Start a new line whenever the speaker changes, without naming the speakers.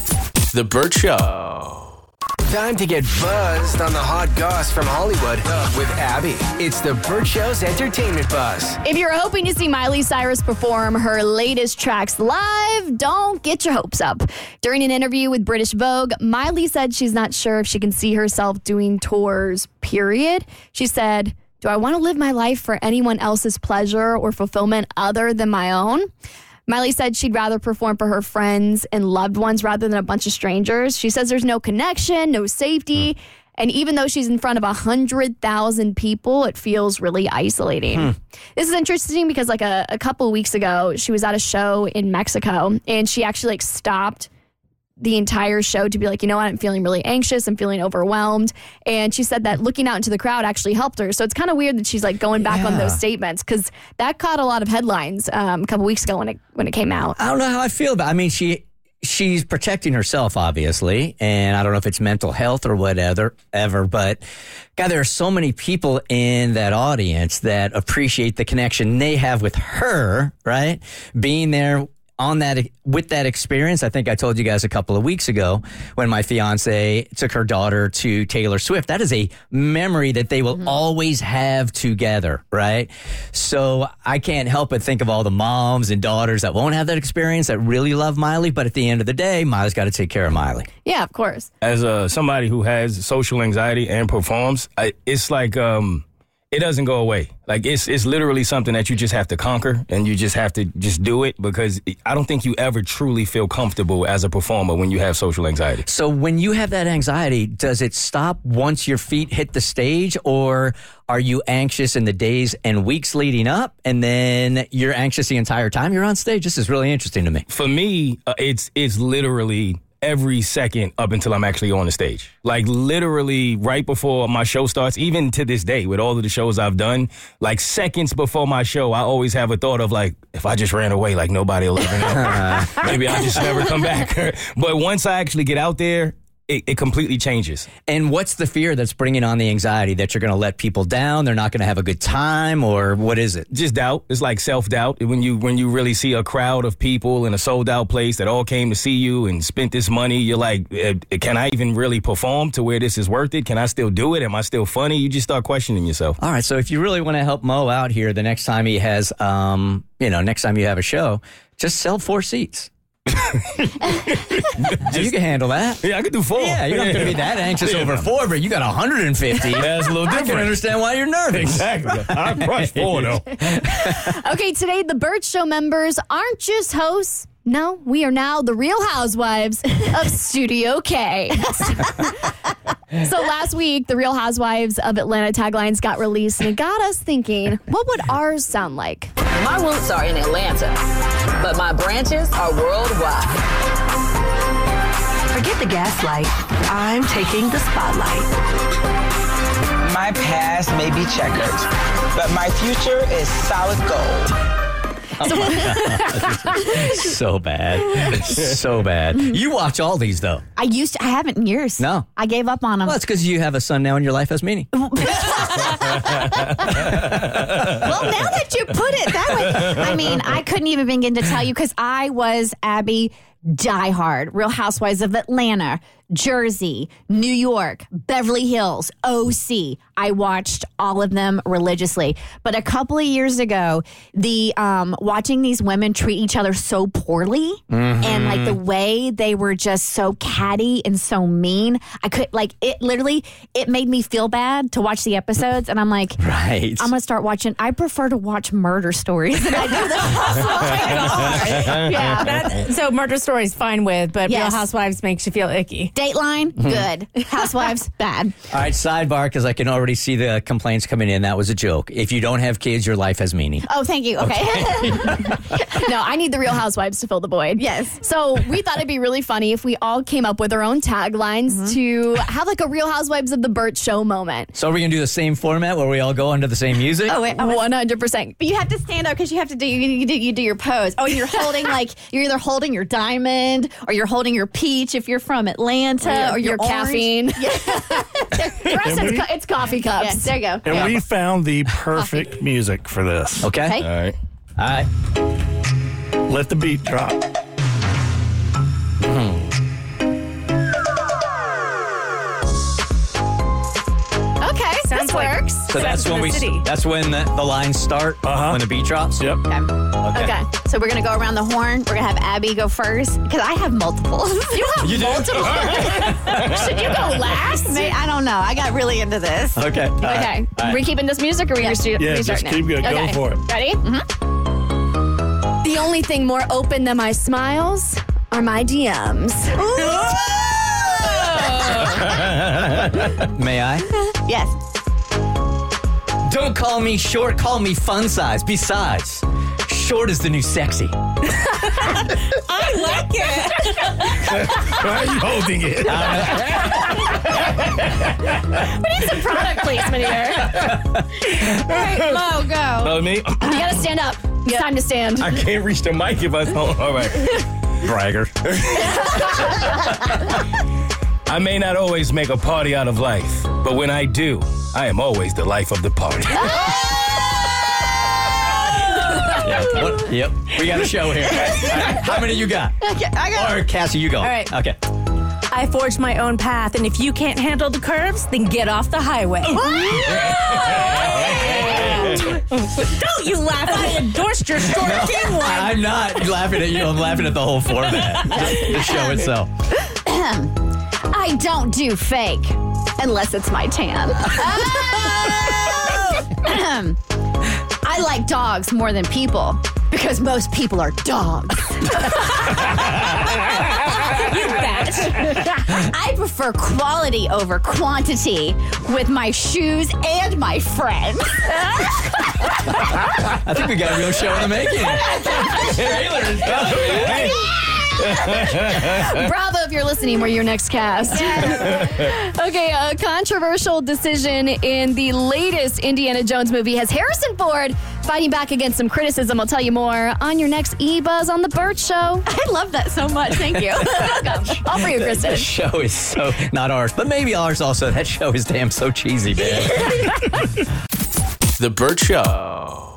with The Burt Show.
Time to get buzzed on the hot goss from Hollywood with Abby. It's the Burt Show's entertainment buzz.
If you're hoping to see Miley Cyrus perform her latest tracks live, don't get your hopes up. During an interview with British Vogue, Miley said she's not sure if she can see herself doing tours, period. She said, Do I want to live my life for anyone else's pleasure or fulfillment other than my own? Miley said she'd rather perform for her friends and loved ones rather than a bunch of strangers. She says there's no connection, no safety. And even though she's in front of 100,000 people, it feels really isolating. This is interesting because, like, a, a couple weeks ago, she was at a show in Mexico and she actually, like, stopped the entire show to be like, you know what, I'm feeling really anxious, I'm feeling overwhelmed. And she said that looking out into the crowd actually helped her. So it's kind of weird that she's like going back on those statements because that caught a lot of headlines um, a couple weeks ago when it when it came out.
I don't know how I feel about. I mean, she she's protecting herself, obviously, and I don't know if it's mental health or whatever. Ever, but God, there are so many people in that audience that appreciate the connection they have with her. Right, being there on that with that experience. I think I told you guys a couple of weeks ago when my fiance took her daughter to Taylor Swift. That is a memory that they will always have together, right? So I can't help but think of all the moms and daughters that won't have that experience that really love Miley, but at the end of the day, Miley's got to take care of Miley.
Yeah, of course.
as uh, somebody who has social anxiety and performs, I, it's like um, it doesn't go away. Like it's it's literally something that you just have to conquer, and you just have to just do it because I don't think you ever truly feel comfortable as a performer when you have social anxiety.
So when you have that anxiety, does it stop once your feet hit the stage or are you anxious in the days and weeks leading up and then you're anxious the entire time you're on stage? This is really interesting to me.
for me, uh, it's it's literally every second up until I'm actually on the stage. Like literally right before my show starts, even to this day with all of the shows I've done, like seconds before my show, I always have a thought of like, if I just ran away, like nobody will ever know. Maybe I'll just never come back. but once I actually get out there, it, it completely changes.
And what's the fear that's bringing on the anxiety that you're going to let people down, they're not going to have a good time or what is it?
just doubt. It's like self doubt when you when you really see a crowd of people in a sold out place that all came to see you and spent this money. You're like, eh, can I even really perform to where this is worth it? Can I still do it? Am I still funny? You just start questioning yourself.
All right, so if you really want to help Mo out here the next time he has um, you know, next time you have a show, just sell four seats. you can handle that.
Yeah, I could do four.
Yeah, you're not going to be that anxious over four, but you got 150.
That's a little
I can
different.
understand why you're nervous.
Exactly. Oh, I crushed four though.
Okay, today the Bird Show members aren't just hosts. No, we are now the real housewives of Studio K. so last week, the Real Housewives of Atlanta taglines got released and it got us thinking, what would ours sound like?
My roots are in Atlanta, but my branches are worldwide.
Forget the gaslight. I'm taking the spotlight.
My past may be checkered, but my future is solid gold.
so bad. so bad. You watch all these, though.
I used to, I haven't in years.
No.
I gave up on them.
Well, it's because you have a son now and your life has meaning.
well, now that you put it that way, I mean, I couldn't even begin to tell you because I was Abby diehard Real Housewives of Atlanta, Jersey, New York, Beverly Hills, OC. I watched all of them religiously. But a couple of years ago, the um, watching these women treat each other so poorly and like the way they were just so catty and so mean, I could like it. Literally, it made me feel bad to watch the episodes, and I'm like,
Right.
I'm gonna start watching. I prefer to watch murder stories than I do the housewives. yeah,
That, so murder stories fine with, but
Yes.
Real Housewives makes you feel icky.
Dateline, good. Housewives, bad.
all right, sidebar, because I can already see the complaints coming in. That was a joke. If you don't have kids, your life has meaning.
Oh, thank you. Okay.
No, I need the Real Housewives to fill the void.
Yes.
So we thought it'd be really funny if we all came up with our own taglines to
Mm-hmm.
have like a Real Housewives of the Burt Show moment.
So are we going to do the same format where we all go under the same music?
oh wait, I was-
100%.
but you have to stand up because you have to do you, you do you do your pose. Oh, you're holding like you're either holding your diamond or you're holding your peach if you're from Atlanta or,
your,
your, orange.
caffeine. For us, it's, co- it's coffee
Yeah,
cups.
there you go.
And we found the perfect music for this.
Okay.
Okay.
All right.
All right.
Let the beat drop.
This works.
So that's when we. That's when the, the lines start. Uh-huh. When the beat drops. Yep.
Okay. Okay. So we're gonna go around the horn. We're gonna have Abby go first because I have multiples. You have multiple.
Should you go last?
May- I don't know. I got really into this.
Okay. All right.
Okay.
All right.
We're keeping this music or we restu-
Yeah,
restarting
just keep
it?
it. Go for it.
Ready? Mm-hmm.
Mm-hmm.
The only thing more open than my smiles are my DMs.
May I?
yes.
Don't call me short. Call me fun size. Besides, short is the new sexy.
I like it.
Why are you holding it?
we need some product placement here. All right, Mo, go.
Love me?
You gotta stand up. It's time to stand.
I can't reach the mic if I don't. All right. Bragger. I may not always make a party out of life, but when I do, I am always the life of the party.
Yeah. What- Yep. We got a show here. All right. How many you got?
Okay, I got
Or Cassie, you go.
All right.
Okay.
I forged my own path, and if you can't handle the curves, then get off the highway. Don't you laugh. I endorsed your short
No,
king one.
I'm not laughing at you. I'm laughing at the whole format, the, the show itself.
I don't do fake unless it's my tan. Ahem. I like dogs more than people because most people are dogs. I prefer quality over quantity with my shoes and my friends.
I think we got a real show in the making.
Bravo if you're listening. We're your next cast. okay, a controversial decision in the latest Indiana Jones movie has Harrison Ford fighting back against some criticism. I'll tell you more on your next E Buzz on the Bird Show.
I love that so much. Thank you.
Welcome. All for you, Kristen.
That show is so not ours, but maybe ours also. That show is damn so cheesy, man.
The Burt Show.